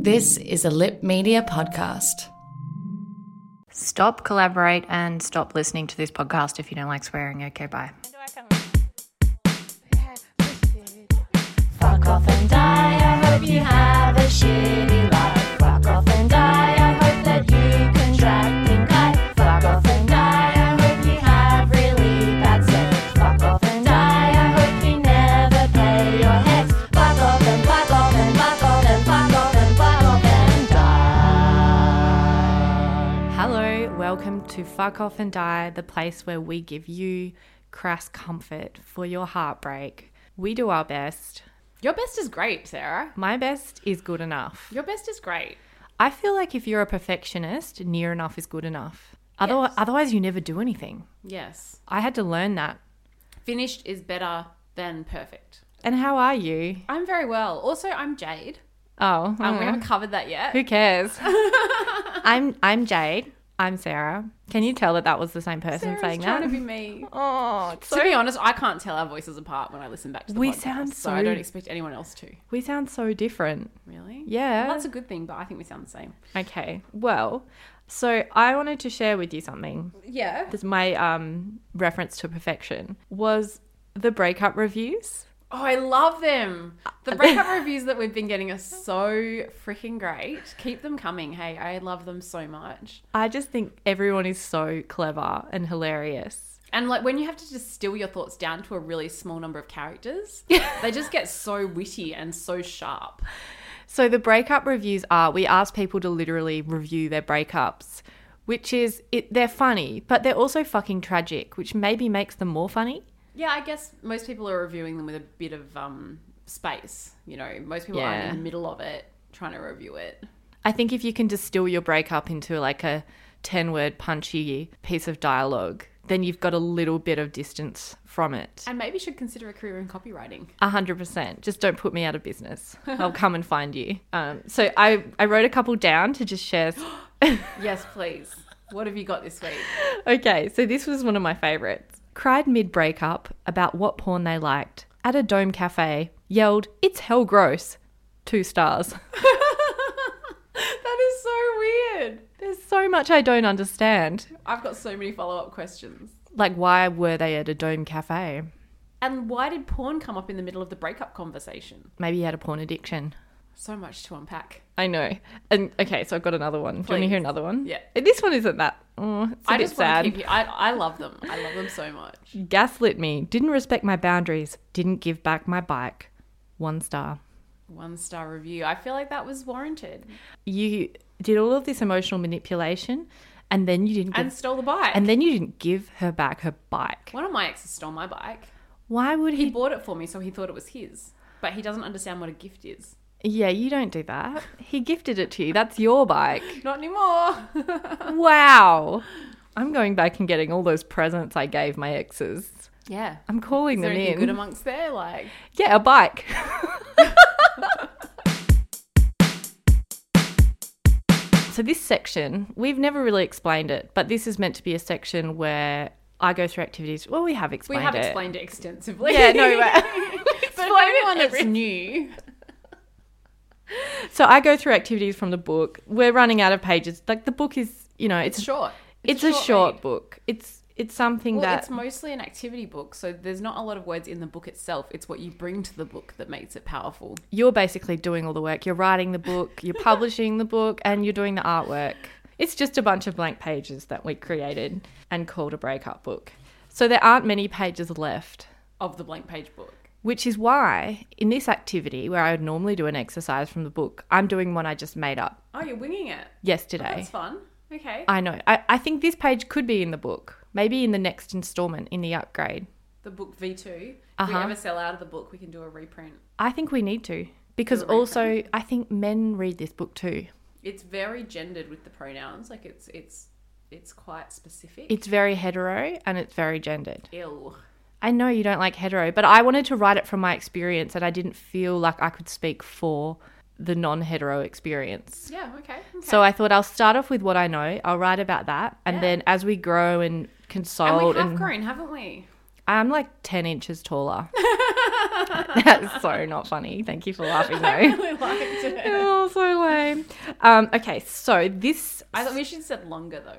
This is a Lip Media podcast. Stop, collaborate, and stop listening to this podcast if you don't like swearing. Okay, bye. Fuck off and die. I hope you have a shitty life. Fuck off and die. I hope that you contract pink eye. Fuck off and die. I hope you have really bad sex. Fuck off and die. I hope you never pay your hex. Fuck off and fuck off and fuck off and fuck off and fuck off and die. Hello, welcome to Fuck Off and Die, the place where we give you crass comfort for your heartbreak. We do our best. Your best is great, Sarah. My best is good enough. Your best is great. I feel like if you're a perfectionist, near enough is good enough. Otherwise, Yes. otherwise you never do anything. Yes. I had to learn that. Finished is better than perfect. And how are you? I'm very well. Also, I'm Jade. Oh, Um, We mm. haven't covered that yet. who cares? I'm I'm Jade. I'm Sarah. Can you tell that that was the same person Sarah's saying trying that? to be me. oh, it's to be honest, I can't tell our voices apart when I listen back to the We podcast, sound so I so- don't expect anyone else to. We sound so different. Really? Yeah. Well, that's a good thing, but I think we sound the same. Okay. Well, so I wanted to share with you something. Yeah. This my um reference to perfection was the breakup reviews. Oh, I love them. Uh, The breakup reviews that we've been getting are so freaking great. Keep them coming. Hey, I love them so much. I just think everyone is so clever and hilarious. And like when you have to distill your thoughts down to a really small number of characters, they just get so witty and so sharp. So the breakup reviews are we ask people to literally review their breakups, which is it they're funny, but they're also fucking tragic, which maybe makes them more funny. Yeah, I guess most people are reviewing them with a bit of um, space. You know, most people aren't Yeah. in the middle of it trying to review it. I think if you can distill your breakup into like a 10 word punchy piece of dialogue, then you've got a little bit of distance from it. And maybe should consider a career in copywriting. A hundred percent. Just don't put me out of business. I'll come and find you. Um, so I, I wrote a couple down to just share. Yes, please. What have you got this week? okay, so this was one of my favorites. Cried mid breakup about what porn they liked at a dome cafe. Yelled, "It's hell gross." Two stars. That is so weird. There's so much I don't understand. I've got so many follow up questions. Like, why were they at a dome cafe? And why did porn come up in the middle of the breakup conversation? Maybe he had a porn addiction. So much to unpack. I know. And okay, so I've got another one. Do you want to Please. hear another one? Uh, Yeah. This one isn't that. Oh, it's a I bit just sad. want to keep you. I, I love them. I love them so much. Gaslit me. Didn't respect my boundaries. Didn't give back my bike. One star. One star review. I feel like that was warranted. You did all of this emotional manipulation, and then you didn't. Give, And and, stole the bike. then you didn't give her back her bike. one of my exes stole my bike. Why would He he? bought it for me, so he thought it was his. But he doesn't understand what a gift is. Yeah, you don't do that. He gifted it to you. That's your bike. Not anymore. wow. I'm going back and getting all those presents I gave my exes. yeah. I'm calling Is there them anything in. good amongst there? Like, Yeah, a bike. so, this section, we've never really explained it, but this is meant to be a section where I go through activities. Well, we have we explained have it. explained it extensively. Yeah, no, but- but for anyone that's new, So, I go through activities from the book. We're running out of pages. Like, the book is, you know, it's, it's short. It's, a short, read. book. It's it's something Well, that. it's mostly an activity book, so there's not a lot of words in the book itself. It's what you bring to the book that makes it powerful. you're basically doing all the work. You're writing the book, you're publishing the book, and you're doing the artwork. It's just a bunch of blank pages that we created and called a breakup book. So there aren't many pages left. of the blank page book. Which is why in this activity where I would normally do an exercise from the book, I'm doing one I just made up Oh, you're winging it. yesterday. Oh, That's fun. Okay. I know. I, I think this page could be in the book. Maybe in the next installment in the upgrade. the book V2. If we Uh-huh. ever sell out of the book, we can do a reprint. I think we need to. Because also I think men read this book too. It's very gendered with the pronouns. Like it's it's it's quite specific. It's very hetero and it's very gendered. ill. I know you don't like hetero, but I wanted to write it from my experience and I didn't feel like I could speak for the non hetero experience. Yeah. Okay. okay. So I thought I'll start off with what I know. I'll write about that. And Yeah. then as we grow and consult and and, we have grown, haven't we? I'm like 10 inches taller. That's so not funny. Thank you for laughing though. I liked it. oh, so lame. Um, okay, so this I thought we should have said longer though.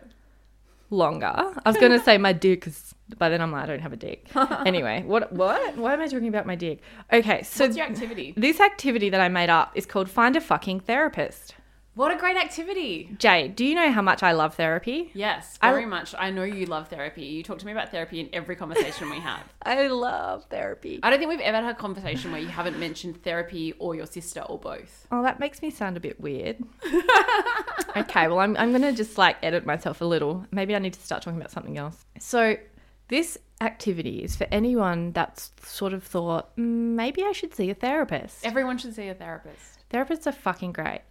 longer. I was going to say my dick is, but then I'm like, I don't have a dick. Anyway, what? What? Why am I talking about my dick? Okay, so What's your activity? this activity that I made up is called Find a Fucking Therapist. What a great activity. Jay, do you know how much I love therapy? Yes, I- very much. I know you love therapy. You talk to me about therapy in every conversation we have. I love therapy. I don't think we've ever had a conversation where you haven't mentioned therapy or your sister or both. Oh, that makes me sound a bit weird. okay, well, I'm, I'm going to just like edit myself a little. Maybe I need to start talking about something else. So, this activity is for anyone that's sort of thought, "Mm, maybe I should see a therapist. Everyone should see a therapist. Therapists are fucking great,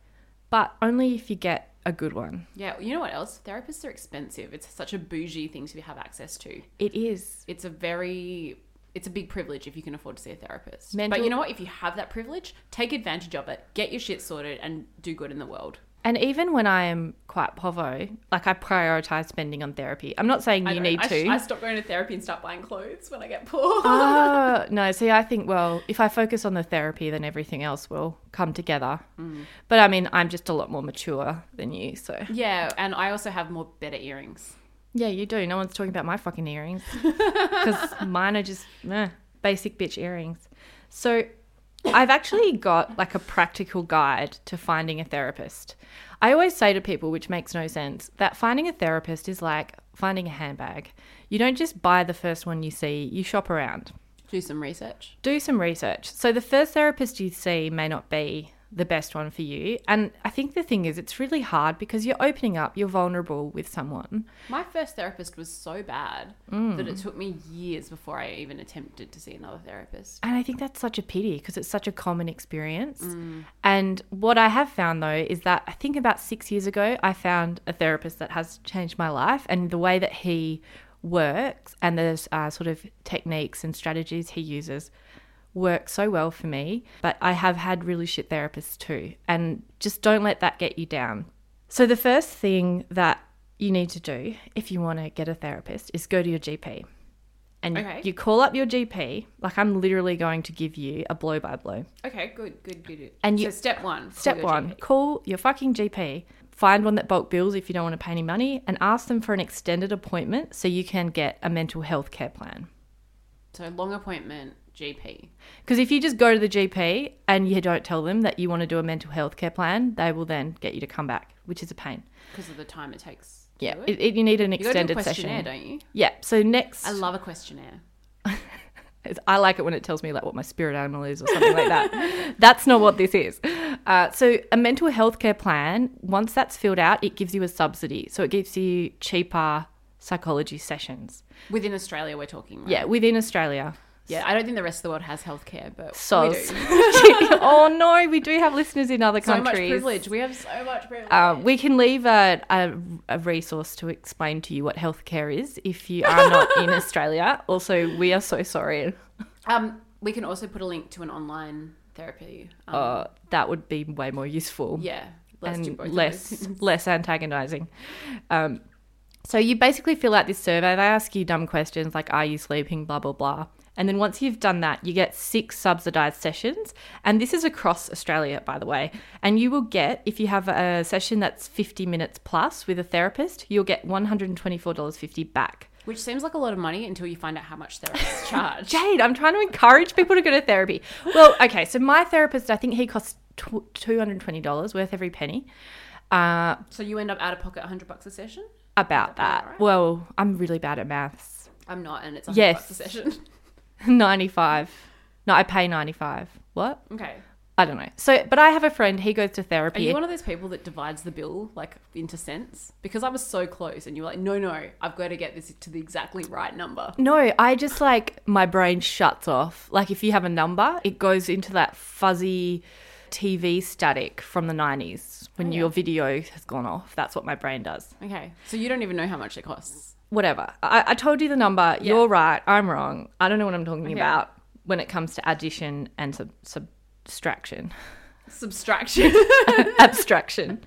but only if you get a good one. Yeah, you know what else? Therapists are expensive. It's such a bougie thing to have access to. It is. It's a very it's a big privilege if you can afford to see a therapist. Mental- But you know what? If you have that privilege, take advantage of it. Get your shit sorted and do good in the world. And even when I am quite povo, like I prioritize spending on therapy. I'm not saying I you don't- need I, to. I stopped going to therapy and start buying clothes when I get poor. oh, no, see, I think, well, if I focus on the therapy, then everything else will come together. Mm. But I mean, I'm just a lot more mature than you. So, yeah, and I also have more better earrings. yeah, you do. No one's talking about my fucking earrings because mine are just meh, basic bitch earrings. So, I've actually got like a practical guide to finding a therapist. I always say to people, which makes no sense, that finding a therapist is like finding a handbag. You don't just buy the first one you see, you shop around. Do some research. do some research. So the first therapist you see may not be the best one for you. And I think the thing is, it's really hard because you're opening up, you're vulnerable with someone. My first therapist was so bad that Mm. it took me years before I even attempted to see another therapist. And I think that's such a pity because it's such a common experience. And what I have found though is that I think about six years ago, I found a therapist that has changed my life and the way that he works and the uh, sort of techniques and strategies he uses work so well for me. But I have had really shit therapists too. And just don't let that get you down. So the first thing that you need to do if you want to get a therapist is go to your GP and Okay. you call up your GP. Like I'm literally going to give you a blow by blow. Okay, good, good, good. good. And you- so step one. call Step your one: GP. call your fucking GP. Find one that bulk bills if you don't want to pay any money, and ask them for an extended appointment so you can get a mental health care plan. So long appointment GP. Because if you just go to the GP and you don't tell them that you want to do a mental health care plan, they will then get you to come back, which is a pain. because of the time it takes. to Yeah, do it. it, it- you need an you got to do a extended session. questionnaire, don't you? Yeah. So next, I love a questionnaire. It's- I like it when it tells me like what my spirit animal is or something like that. That's not what this is. Uh, so a mental health care plan, once that's filled out, it gives you a subsidy. So it gives you cheaper psychology sessions. Within Australia, we're talking. Right? Yeah, within Australia. yeah. I don't think the rest of the world has healthcare, but So we do. oh no, we do have listeners in other So much countries. privilege. We have so much privilege. Uh, we can leave a, a, a resource to explain to you what healthcare is if you are not in Australia. Also, we are so sorry. um, we can also put a link to an online therapy. Um, Uh, that would be way more useful. yeah, let's do and both of those. less less antagonizing. Um, so you basically fill out this survey. They ask you dumb questions like "Are you sleeping?" blah blah blah. And then once you've done that, you get six subsidized sessions, and this is across Australia, by the way. And you will get if you have a session that's fifty minutes plus with a therapist, you'll get one hundred and twenty-four dollars fifty back. Which seems like a lot of money until you find out how much therapists charge. Jade, I'm trying to encourage people to go to therapy. Well, okay, so my therapist, I think he costs tw- two hundred twenty dollars worth every penny. Uh, so you end up out of pocket 100 bucks a session. about that. alright? Well, I'm really bad at maths. I'm not, and it's 100 Yes. bucks a session. 95. No, I pay 95. What? Okay. I don't know. So, but I have a friend, he goes to Are therapy. you one of those people that divides the bill like into cents? Because I was so close, and you were like, "No, no, I've got to get this to the exactly right number." No, I just like my brain shuts off. Like if you have a number, it goes into that fuzzy TV static from the 90s when your video has gone off. That's what my brain does. Okay, so you don't even know how much it costs. Whatever. I, I told you the number. You're right. I'm wrong. I don't know what I'm talking about when it comes to addition and sub- subtraction. Subtraction. abstraction.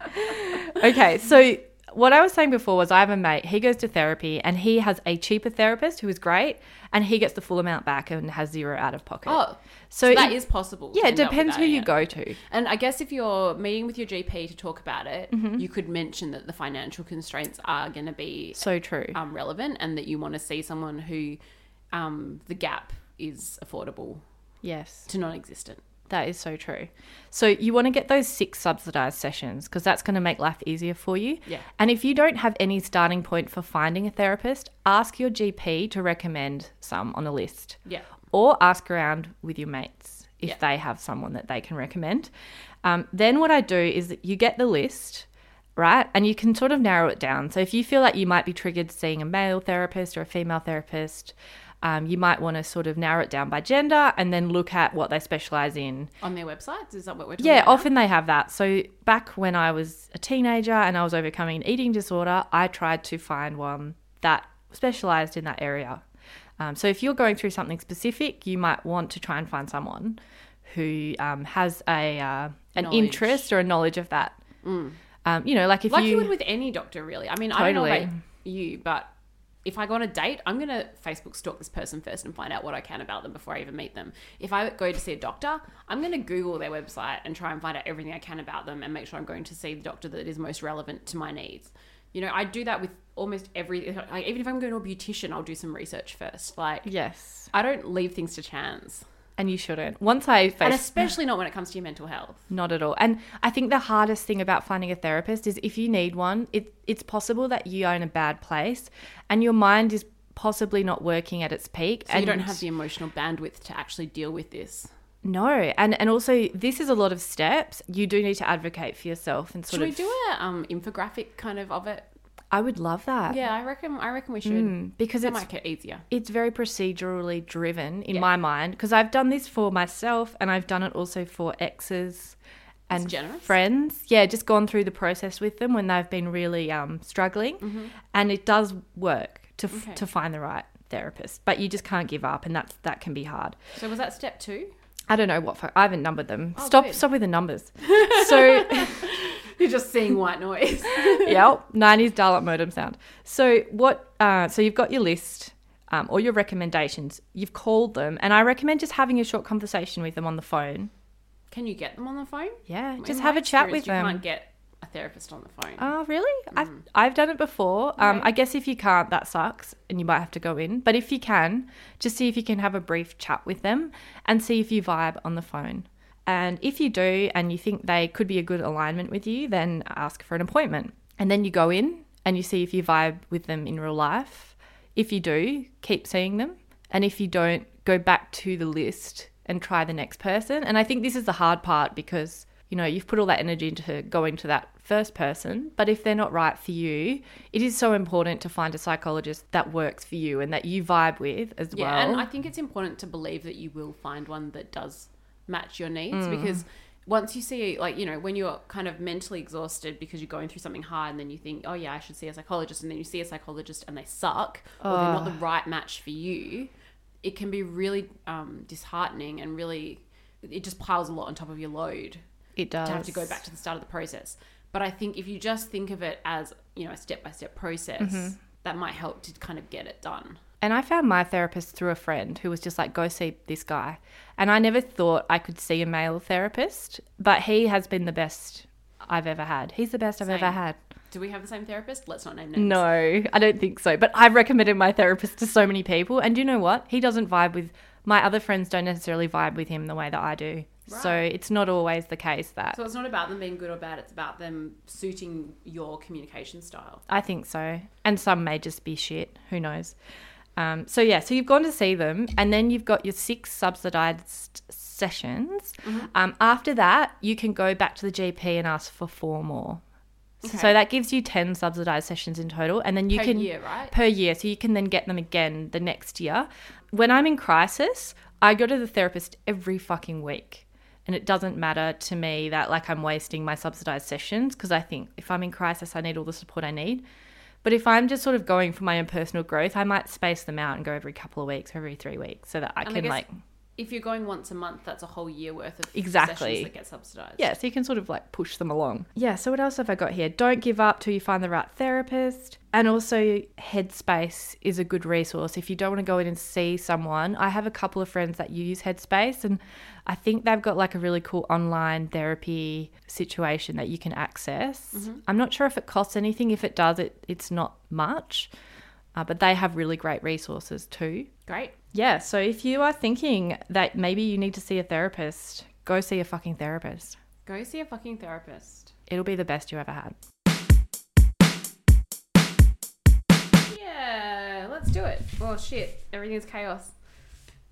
Okay, so what I was saying before was I have a mate, he goes to therapy and he has a cheaper therapist who is great and he gets the full amount back and has zero out of pocket. oh, So so, that it- is possible. yeah, it to end up with depends that, who you yeah. go to. And I guess if you're meeting with your GP to talk about it, Mm-hmm. you could mention that the financial constraints are going to be So true. um, relevant, and that you want to see someone who um, the gap is affordable yes. to non-existent. That is so true. So you want to get those six subsidized sessions because that's going to make life easier for you. Yeah. And if you don't have any starting point for finding a therapist, ask your GP to recommend some on a list. Yeah. Or ask around with your mates if Yeah. they have someone that they can recommend. Um, then what I do is that you get the list. Right, and you can sort of narrow it down. So, if you feel like you might be triggered seeing a male therapist or a female therapist, um, you might want to sort of narrow it down by gender and then look at what they specialize in. On their websites, is that what we're talking Yeah, about? often they have that. So back when I was a teenager and I was overcoming an eating disorder, I tried to find one that specialized in that area. Um, so if you're going through something specific, you might want to try and find someone who um, has a uh, an Knowledge. Mm. interest or a knowledge of that. Um, you know, like if like you, you would with any doctor, really. I mean, I don't know Totally. about you, but if I go on a date, I'm going to Facebook stalk this person first and find out what I can about them before I even meet them. If I go to see a doctor, I'm going to Google their website and try and find out everything I can about them and make sure I'm going to see the doctor that is most relevant to my needs. You know, I do that with almost every. Like, even if I'm going to a beautician, I'll do some research first. Like, yes, I don't leave things to chance, and you shouldn't. Once I face and especially not when it comes to your mental health. Not at all. And I think the hardest thing about finding a therapist is if you need one, it, it's possible that you are in a bad place and your mind is possibly not working at its peak. So and you don't have the emotional bandwidth to actually deal with this. No. And, and also, this is a lot of steps. You do need to advocate for yourself and sort Should we of. do a um, infographic kind of of it? Hmm. I would love that. Yeah, I reckon. I reckon we should Because it it's might get easier. it's very procedurally driven in my mind because I've done this for myself and I've done it also for exes and generous. friends. Yeah, just gone through the process with them when they've been really um, struggling, Mm-hmm. and it does work to f- to find the right therapist. But you just can't give up, and that's that can be hard. So was that step two? I don't know what for, I haven't numbered them. stop Oh, good. stop with the numbers. So You're just seeing white noise. yep, nineties dial-up modem sound. So what? Uh, so you've got your list um, or your recommendations. You've called them, and I recommend just having a short conversation with them on the phone. Can you get them on the phone? Yeah, In just my have a chat experience, with them. You can't get a therapist on the phone. Oh, really? I've I've done it before. Um, I guess if you can't, that sucks, and you might have to go in. But if you can, just see if you can have a brief chat with them and see if you vibe on the phone. And if you do, and you think they could be a good alignment with you, then ask for an appointment. And then you go in and you see if you vibe with them in real life. If you do, keep seeing them. And if you don't, go back to the list and try the next person. And I think this is the hard part because, you know, you've put all that energy into going to that first person. But if they're not right for you, it is so important to find a psychologist that works for you and that you vibe with as yeah, well. and I think it's important to believe that you will find one that does match your needs because once you see, like, you know, when you're kind of mentally exhausted because you're going through something hard and then you think, oh, yeah, I should see a psychologist, and then you see a psychologist and they suck or they're not the right match for you, it can be really um, disheartening and really, it just piles a lot on top of your load it does. to have to go back to the start of the process. But I think if you just think of it as, you know, a step by step process, that might help to kind of get it done. And I found my therapist through a friend who was just like, go see this guy. And I never thought I could see a male therapist, but he has been the best I've ever had. He's the best I've ever Same. had. Do we have the same therapist? Let's not name names. No, I don't think so. But I've recommended my therapist to so many people. And you know what? He doesn't vibe with my other friends, don't necessarily vibe with him the way that I do. So it's not always the case that So it's not about them being good or bad. It's about them suiting your communication style. I think so. And some may just be shit. Who knows? Um, so yeah, so you've gone to see them, and then you've got your six subsidized sessions. Um, after that, you can go back to the GP and ask for four more. So that gives you ten subsidized sessions in total, and then you Per can year, right? per year, so you can then get them again the next year. When I'm in crisis, I go to the therapist every fucking week. And it doesn't matter to me that like I'm wasting my subsidized sessions because I think if I'm in crisis, I need all the support I need. But if I'm just sort of going for my own personal growth, I might space them out and go every couple of weeks, every three weeks, so that I And I can guess like if you're going once a month, that's a whole year worth of Exactly. sessions that get subsidized. yeah, so you can sort of like push them along. Yeah. So what else have I got here? Don't give up till you find the right therapist, and also Headspace is a good resource if you don't want to go in and see someone. I have a couple of friends that use Headspace, and I think they've got like a really cool online therapy situation that you can access. I'm not sure if it costs anything. If it does, it it's not much, uh, but they have really great resources too. Great. Yeah, so if you are thinking that maybe you need to see a therapist, go see a fucking therapist. Go see a fucking therapist. It'll be the best you ever had. Yeah, let's do it. Well, shit, everything's chaos.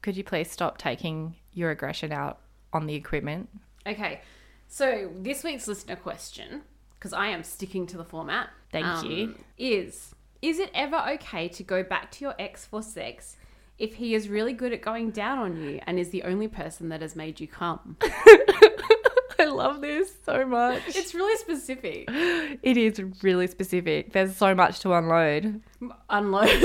Could you please stop taking your aggression out on the equipment? Okay, so this week's listener question, because I am sticking to the format. um, Thank you. Is is it ever okay to go back to your ex for sex if he is really good at going down on you and is the only person that has made you come? I love this so much. it's really specific. It is really specific. There's so much to unload. Unload.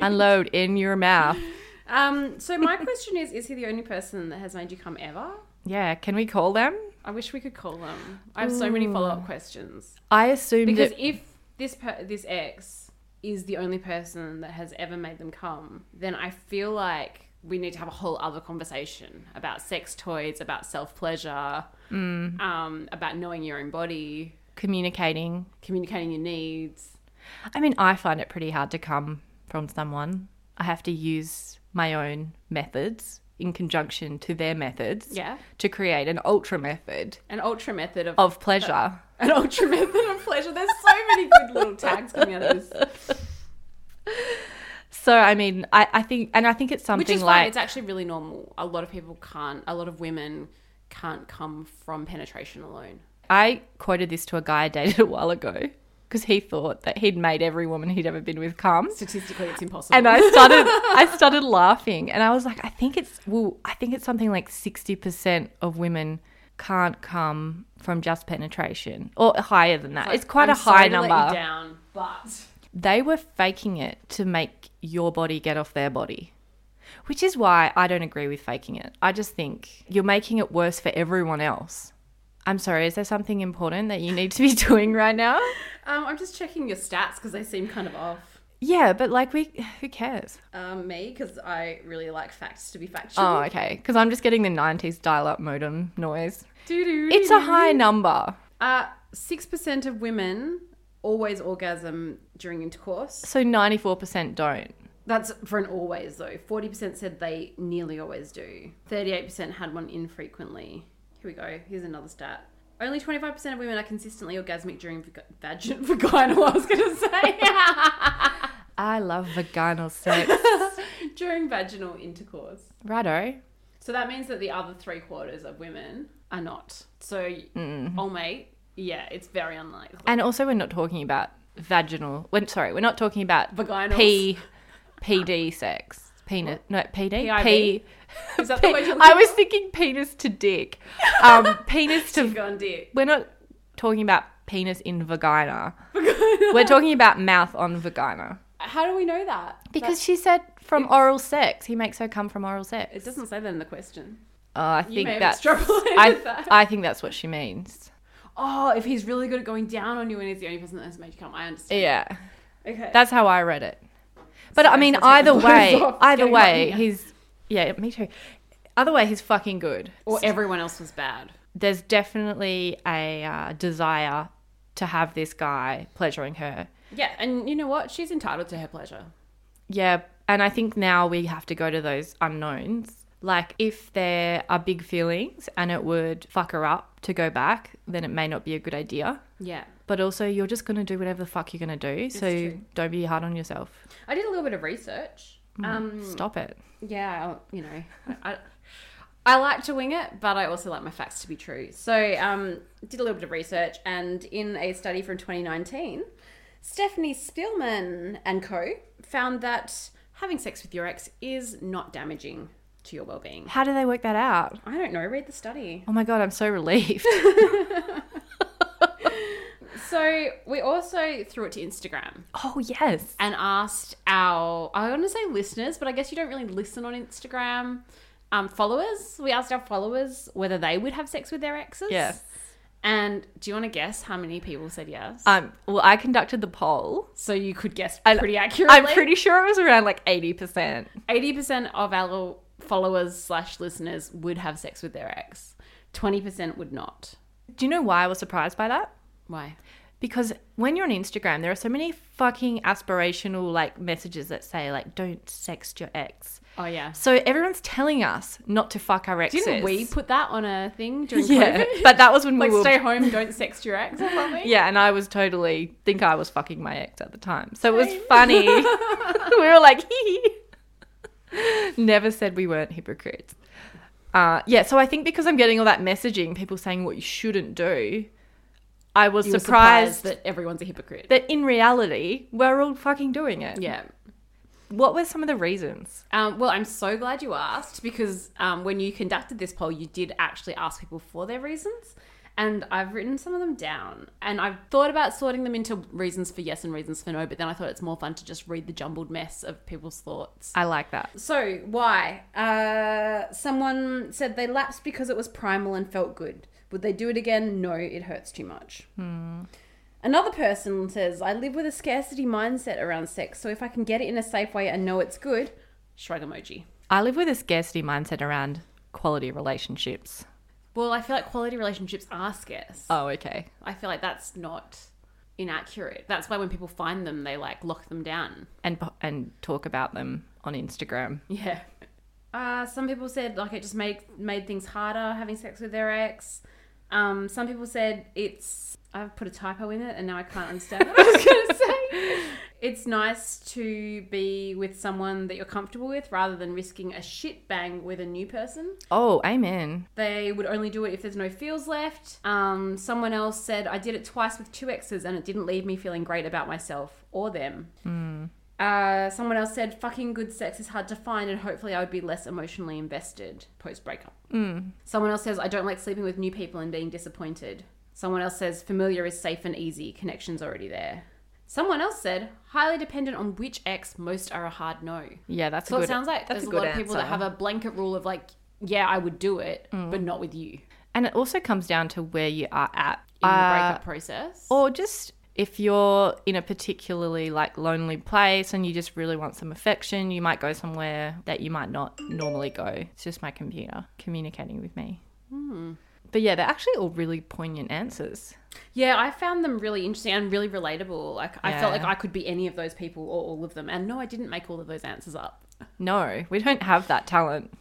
Unload in your mouth. um. So my question is: Is he the only person that has made you come ever? Yeah, can we call them? I wish we could call them. I have so many follow up questions. I assume Because that if this per- this ex is the only person that has ever made them come, then I feel like we need to have a whole other conversation about sex toys, about self pleasure, um, about knowing your own body, communicating. communicating your needs. I mean, I find it pretty hard to come from someone. I have to use my own methods in conjunction to their methods. Yeah, to create an ultra method an ultra method of, of pleasure. an ultra method of pleasure. There's so many good little tags coming out of this, So I mean, I, I think, and I think it's something which is fine. like It's actually really normal. A lot of people can't. A lot of women can't come from penetration alone. I quoted this to a guy I dated a while ago because he thought that he'd made every woman he'd ever been with come. Statistically, it's impossible. And I started, I started laughing, and I was like, I think it's well, I think it's something like sixty percent of women can't come from just penetration, or higher than that. it's quite I'm a high sorry to let number. you down, but they were faking it to make your body get off their body. Which is why I don't agree with faking it. I just think you're making it worse for everyone else. I'm sorry, is there something important that you need to be doing right now? um, I'm just checking your stats because they seem kind of off. Yeah, but like we who cares? Um, me because I really like facts to be factual. Oh, okay. Cuz I'm just getting the 90s dial-up modem noise. Doo-doo. It's a high number. uh, six percent of women always orgasm during intercourse. So 94% don't. That's for an always though. Forty percent said they nearly always do. Thirty-eight percent had one infrequently. Here we go. Here's another stat. Only 25% of women are consistently orgasmic during vag- vagin- vaginal, I was going to say. I love vaginal sex. during vaginal intercourse. Righto. So that means that the other three quarters of women are not. So, oh mate, yeah, it's very unlikely. And also, we're not talking about vaginal. We're, sorry, we're not talking about Vaginals. P, PD sex. Penis. No, PD. PIV? P- Is that the P- way you I was thinking penis to dick. Um, penis to. go on dick? We're not talking about penis in vagina. We're talking about mouth on vagina. How do we know that? Because she said from oral sex. He makes her come from oral sex. It doesn't say that in the question. Oh, I You think may have that's. extrapolated I, that. I think that's what she means. Oh, if he's really good at going down on you and he's the only person that has made you come, I understand. Yeah. Okay. That's how I read it. But I mean, I'll either take my way, clothes off. It's either getting hot in way, here. he's yeah, me too. Either way, he's fucking good. or everyone else was bad. There's definitely a uh, desire to have this guy pleasuring her. Yeah, and you know what? She's entitled to her pleasure. Yeah, and I think now we have to go to those unknowns Like, if there are big feelings and it would fuck her up to go back, then it may not be a good idea. Yeah. But also, you're just going to do whatever the fuck you're going to do. so true. don't be hard on yourself. I did a little bit of research. Um, Stop it. yeah, I'll- you know, I, I- I like to wing it, but I also like my facts to be true. So, um, did a little bit of research, and in a study from 2019, Stephanie Spielman and co found that having sex with your ex is not damaging to your well-being. How do they work that out? I don't know. Read the study. Oh my God, I'm so relieved. So we also threw it to Instagram. oh, yes. and asked our I want to say listeners, but I guess you don't really listen on Instagram. Um, followers. We asked our followers whether they would have sex with their exes. Yes. And do you want to guess how many people said yes? Um, well, I conducted the poll. so you could guess and pretty accurately. I'm pretty sure it was around like 80%. eighty percent of our followers slash listeners would have sex with their ex. Twenty percent would not. Do you know why I was surprised by that? Why? Because when you're on Instagram, there are so many fucking aspirational like messages that say like don't sext your ex. Oh yeah. So everyone's telling us not to fuck our exes. Didn't we put that on a thing during Yeah, COVID? but that was when we like were. stay home, don't sext your ex or something. yeah, and I was totally think I was fucking my ex at the time, so it was funny. we were like, hee hee. never said we weren't hypocrites. Uh, yeah, so I think because I'm getting all that messaging, people saying what you shouldn't do, I was You were surprised, that, that everyone's a hypocrite. that in reality we're all fucking doing it. yeah. What were some of the reasons? Um, well, I'm so glad you asked because um, when you conducted this poll, you did actually ask people for their reasons. And I've written some of them down. And I've thought about sorting them into reasons for yes and reasons for no, but then I thought it's more fun to just read the jumbled mess of people's thoughts. I like that. So, why? Uh, someone said they lapsed because it was primal and felt good. Would they do it again? No, it hurts too much. Hmm. Another person says, I live with a scarcity mindset around sex, so if I can get it in a safe way and know it's good, shrug emoji. I live with a scarcity mindset around quality relationships. Well, I feel like quality relationships are scarce. Oh, okay. I feel like that's not inaccurate. That's why when people find them, they like lock them down. And and talk about them on Instagram. Yeah. Uh, some people said like it just made made things harder having sex with their ex. Um, some people said it's I've put a typo in it and now I can't understand what I was gonna say. It's nice to be with someone that you're comfortable with rather than risking a shit bang with a new person. Oh, amen. They would only do it if there's no feels left. Um, someone else said, I did it twice with two exes and it didn't leave me feeling great about myself or them. Hmm. Uh, someone else said, fucking good sex is hard to find and hopefully I would be less emotionally invested post breakup. Hmm. Someone else says, I don't like sleeping with new people and being disappointed. Someone else says, familiar is safe and easy, connection's already there. Someone else said, highly dependent on which ex, most are a hard no. Yeah, that's So a good. it sounds like that's there's a, lot of people that answer. have a blanket rule of like, yeah, I would do it, but not with you in and it also comes down to where you are at the Uh, breakup process. or just if you're in a particularly like lonely place and you just really want some affection, you might go somewhere that you might not normally go. It's just my computer communicating with me. But yeah, they're actually all really poignant answers. yeah, I found them really interesting and really relatable. Like I felt Yeah. like I could be any of those people or all of them. And no, I didn't make all of those answers up. No, we don't have that talent.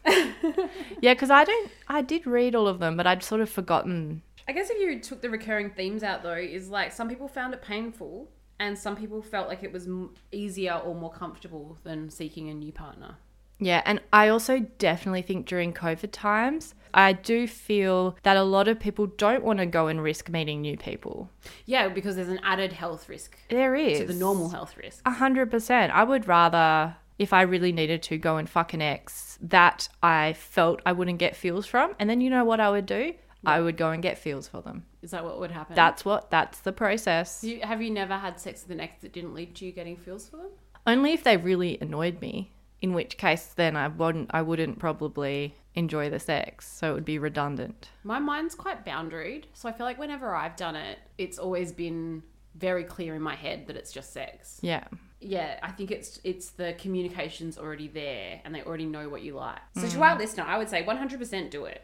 yeah, because I don't. I did read all of them, but I'd sort of forgotten. I guess if you took the recurring themes out though, is like some people found it painful and some people felt like it was m- easier or more comfortable than seeking a new partner. Yeah, and I also definitely think during COVID times, I do feel that a lot of people don't want to go and risk meeting new people. Yeah, because there's an added health risk There is to the normal health risk. A hundred percent. I would rather, if I really needed to, go and fuck an ex that I felt I wouldn't get feels from, and then you know what I would do? I would go and get feels for them. Is that what would happen? That's what. That's the process. Do you, have you never had sex with an ex that didn't lead to you getting feels for them? Only if they really annoyed me, in which case then I wouldn't. I wouldn't probably enjoy the sex, so it would be redundant. My mind's quite boundaried, so I feel like whenever I've done it, it's always been very clear in my head that it's just sex. Yeah. Yeah, I think it's it's the communication's already there and they already know what you like. So to Mm. our listener, I would say 100% do it.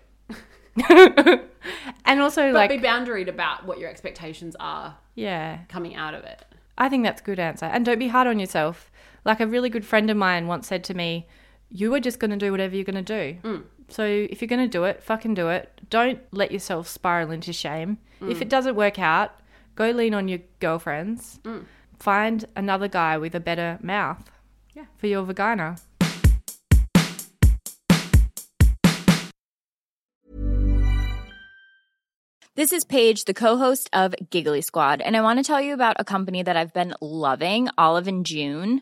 And also But like be boundaried about what your expectations are yeah, coming out of it. I think that's a good answer. And don't be hard on yourself. Like a really good friend of mine once said to me, you are just going to do whatever you're going to do. Mm. So if you're going to do it, fucking do it. Don't let yourself spiral into shame. If Mm. it doesn't work out, go lean on your girlfriends. Mm. Find another guy with a better mouth Yeah. for your vagina. This is Paige, the co-host of Giggly Squad, and I want to tell you about a company that I've been loving, Olive and June.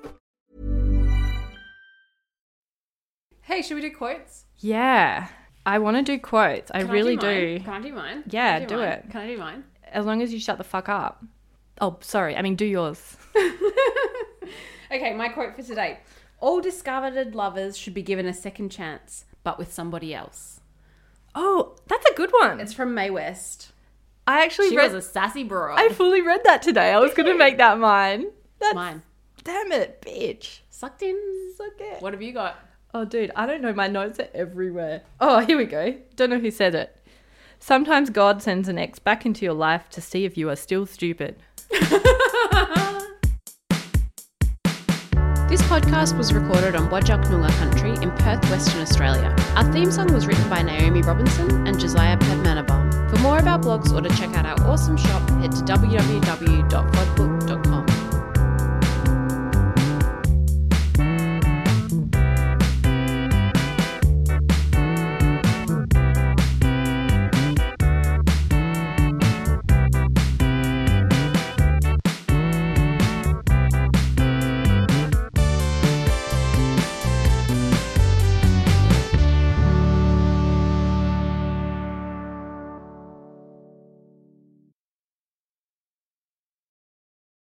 Hey, should we do quotes? Yeah. I want to do quotes. I Can really do, mine? do. Can I do mine? Yeah, Can I do mine? it. Can I do mine? As long as you shut the fuck up. Oh, sorry. I mean, do yours. Okay, my quote for today. All discovered lovers should be given a second chance, but with somebody else. Oh, that's a good one. It's from May West. I actually She read. was a sassy broad. I fully read that today. I was going to make that mine. That's Mine. Damn it, bitch. Sucked in. Suck it. What have you got? Oh, dude, I don't know. My notes are everywhere. Oh, here we go. Don't know who said it. Sometimes God sends an ex back into your life to see if you are still stupid. This podcast was recorded on Wajak Noongar country in Perth, Western Australia. Our theme song was written by Naomi Robinson and Josiah Padmanabham. For more about blogs or to check out our awesome shop, head to www.vodbook.com.